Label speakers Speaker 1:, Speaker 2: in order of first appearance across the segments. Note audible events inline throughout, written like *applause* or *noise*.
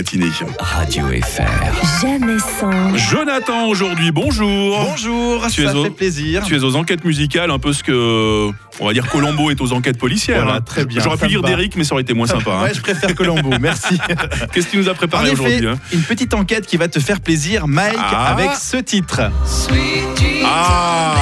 Speaker 1: matinée.
Speaker 2: Radio FR.
Speaker 3: Jamais sans.
Speaker 1: Jonathan, aujourd'hui, bonjour.
Speaker 4: Bonjour,
Speaker 1: Tu
Speaker 4: ça
Speaker 1: es au-
Speaker 4: fait plaisir.
Speaker 1: Tu es aux enquêtes musicales, un peu ce que, on va dire, Colombo est aux enquêtes policières. hein.
Speaker 4: Voilà, très bien,
Speaker 1: J'aurais pu
Speaker 4: ça me
Speaker 1: dire
Speaker 4: va.
Speaker 1: Derrick, mais ça aurait été moins sympa. hein.
Speaker 4: Ouais, je préfère Colombo,
Speaker 1: *laughs*
Speaker 4: merci.
Speaker 1: Qu'est-ce que tu nous as
Speaker 4: En
Speaker 1: préparé
Speaker 4: effet,
Speaker 1: aujourd'hui hein
Speaker 4: une petite enquête qui va te faire plaisir, Mike,
Speaker 1: Ah.
Speaker 4: avec ce titre.
Speaker 1: Ah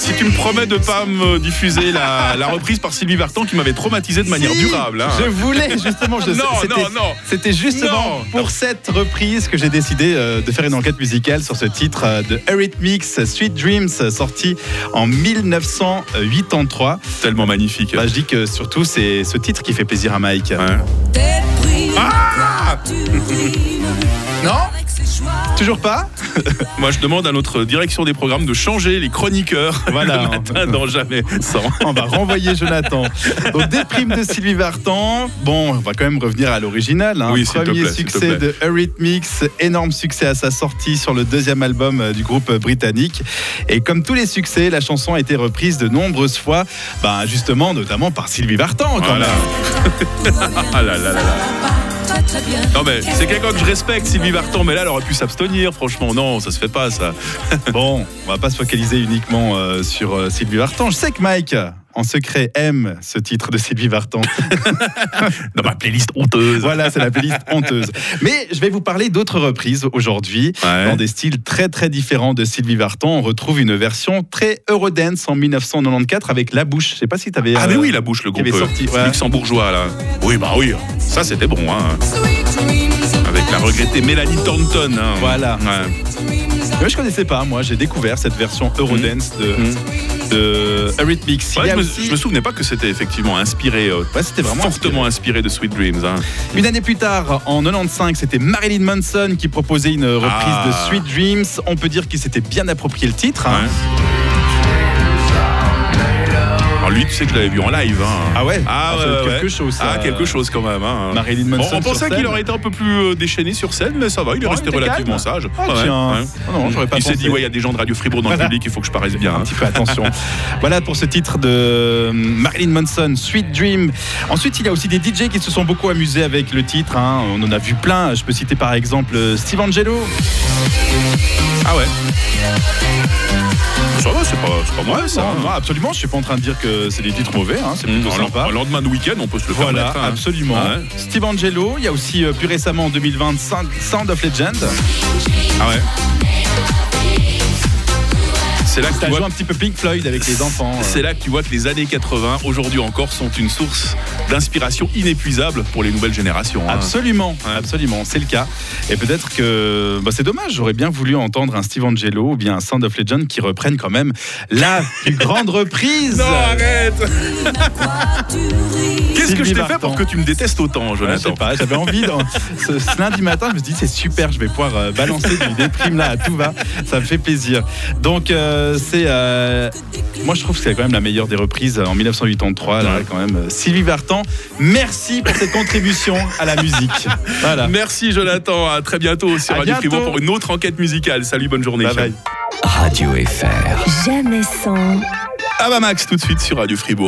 Speaker 1: Si tu me promets de pas me diffuser la, la reprise par Sylvie Vartan qui m'avait traumatisé de manière
Speaker 4: Si,
Speaker 1: durable. hein.
Speaker 4: Je voulais justement,
Speaker 1: *laughs*
Speaker 4: je
Speaker 1: Non,
Speaker 4: c'était-
Speaker 1: non, non.
Speaker 4: C'était justement
Speaker 1: Non.
Speaker 4: pour cette reprise que j'ai décidé euh, de faire une enquête musicale sur ce titre euh, de Eurythmics, Sweet Dreams, sorti en 1983.
Speaker 1: Tellement magnifique. Hein.
Speaker 4: Bah, je dis que surtout c'est ce titre qui fait plaisir à Mike.
Speaker 1: Ouais.
Speaker 5: Ah
Speaker 4: Non Toujours pas
Speaker 1: Moi, je demande à notre direction des programmes de changer les
Speaker 4: *laughs*
Speaker 1: chroniqueurs *laughs*
Speaker 4: Voilà.
Speaker 1: le matin dans Jamais sans.
Speaker 4: On va renvoyer Jonathan. Donc, des primes de Sylvie Vartan. Bon, on va quand même revenir à l'original. hein.
Speaker 1: Oui, s'il te
Speaker 4: Premier
Speaker 1: plaît, s'il te
Speaker 4: succès
Speaker 1: plaît.
Speaker 4: de Eurythmics, énorme succès à sa sortie sur le deuxième album euh, du groupe britannique. Et comme tous les succès, la chanson a été reprise de nombreuses fois, ben, justement, notamment par Sylvie Vartan. Quand
Speaker 1: Voilà.
Speaker 4: même.
Speaker 1: Ah là là là là. Non mais c'est quelqu'un que je respecte, Sylvie Vartan, mais là elle aurait pu s'abstenir, franchement, non, ça se fait pas ça.
Speaker 4: Bon, on va pas se focaliser uniquement euh, sur euh, Sylvie Vartan. Je sais que Mike, en secret, aime ce titre de Sylvie Vartan.
Speaker 1: Dans ma playlist honteuse.
Speaker 4: Voilà, c'est la playlist honteuse. Mais je vais vous parler d'autres reprises aujourd'hui.
Speaker 1: Ouais.
Speaker 4: Dans des styles très très différents de Sylvie Vartan, on retrouve une version très Eurodance en 1994 avec La Bouche. Je sais pas si euh, tu avais.
Speaker 1: Ah mais oui, la bouche, le
Speaker 4: qui
Speaker 1: groupe
Speaker 4: avait sorti,
Speaker 1: euh,
Speaker 4: ouais.
Speaker 1: luxembourgeois là. Oui, bah oui, ça c'était bon, hein. Avec la regrettée Mélanie Thornton. hein.
Speaker 4: Voilà.
Speaker 1: Ouais.
Speaker 4: je connaissais pas, moi j'ai découvert cette version Eurodance de, de Eurythmics. Il
Speaker 1: Mm. Ouais,
Speaker 4: y a
Speaker 1: je, me,
Speaker 4: aussi-
Speaker 1: je me souvenais pas que c'était effectivement inspiré, euh,
Speaker 4: Ouais, c'était vraiment
Speaker 1: fortement inspiré de Sweet Dreams. hein.
Speaker 4: Une année plus tard, en 95, c'était Marilyn Manson qui proposait une reprise
Speaker 1: Ah.
Speaker 4: de Sweet Dreams. On peut dire qu'il s'était bien approprié le titre. hein.
Speaker 1: Alors lui, tu sais que je l'avais vu en live. hein.
Speaker 4: Ah ouais
Speaker 1: Ah
Speaker 4: Ça
Speaker 1: ouais,
Speaker 4: donne
Speaker 1: ouais,
Speaker 4: quelque
Speaker 1: ouais.
Speaker 4: chose, ça.
Speaker 1: Ah quelque chose quand même. hein.
Speaker 4: Marilyn
Speaker 1: Bon,
Speaker 4: Manson
Speaker 1: on pensait
Speaker 4: sur
Speaker 1: qu'il
Speaker 4: scène.
Speaker 1: aurait été un peu plus euh, déchaîné sur scène, mais ça va, il est
Speaker 4: Oh,
Speaker 1: resté
Speaker 4: il était
Speaker 1: relativement
Speaker 4: calme.
Speaker 1: sage.
Speaker 4: Ah, tiens. Ah non, j'aurais pas
Speaker 1: il s'est
Speaker 4: pensé.
Speaker 1: dit, ouais, il y a des gens de Radio Fribourg dans
Speaker 4: Voilà.
Speaker 1: le public, il faut que je paraisse bien.
Speaker 4: un
Speaker 1: hein.
Speaker 4: petit peu attention. voilà pour ce titre de euh, Marilyn Manson, Sweet Dream. Ensuite, il y a aussi des DJ qui se sont beaucoup amusés avec le titre. hein. On en a vu plein. Je peux citer par exemple euh, Steve Angelo.
Speaker 1: Ah ouais *laughs* Ça va, c'est pas, c'est pas mauvais ça.
Speaker 4: Non, non, absolument. Je suis pas en train de dire que c'est des titres mauvais. hein. C'est
Speaker 1: Mmh,
Speaker 4: plutôt
Speaker 1: un
Speaker 4: sympa.
Speaker 1: lend- un lendemain de week-end, on peut se le faire. hein.
Speaker 4: Voilà, absolument.
Speaker 1: Ouais.
Speaker 4: Steve Angelo, il y a aussi euh, plus récemment en 2020 Sound- Sound of Legend.
Speaker 1: Ah ouais. C'est là que tu
Speaker 4: Ça
Speaker 1: vois
Speaker 4: joue un petit peu Pink Floyd avec les enfants. euh.
Speaker 1: C'est là que tu vois que les années 80, aujourd'hui encore, sont une source d'inspiration inépuisable pour les nouvelles générations. hein.
Speaker 4: Absolument,
Speaker 1: Ouais.
Speaker 4: absolument, c'est le cas. Et peut-être que bah, c'est dommage, j'aurais bien voulu entendre un Steve Angelo ou bien un Sound of Legend qui reprennent quand même
Speaker 1: *laughs*
Speaker 4: la plus grande reprise.
Speaker 1: Non, Oh, arrête Qu'est-ce que
Speaker 4: Sylvie
Speaker 1: je t'ai fait
Speaker 4: Vartan.
Speaker 1: pour que tu me détestes autant,
Speaker 4: Ouais, je sais
Speaker 1: Jonathan
Speaker 4: pas, j'avais envie. d'en- ce, ce lundi matin, je me suis dit, c'est super, je vais pouvoir euh, balancer du déprime là à tout va. Ça me fait plaisir. Donc, euh, c'est. euh, moi, je trouve que c'est quand même la meilleure des reprises euh, en 1983. Là,
Speaker 1: Ouais.
Speaker 4: quand même. euh, Sylvie Vartan, merci pour cette contribution à
Speaker 1: *laughs*
Speaker 4: la musique. Voilà.
Speaker 1: Merci, Jonathan. À très bientôt sur
Speaker 4: À
Speaker 1: Radio
Speaker 4: bientôt.
Speaker 1: Fribourg pour une autre enquête musicale. Salut, bonne journée.
Speaker 4: Bye bye.
Speaker 2: Radio FR.
Speaker 3: Jamais sans.
Speaker 1: Ava Max, tout de suite sur Radio Fribourg.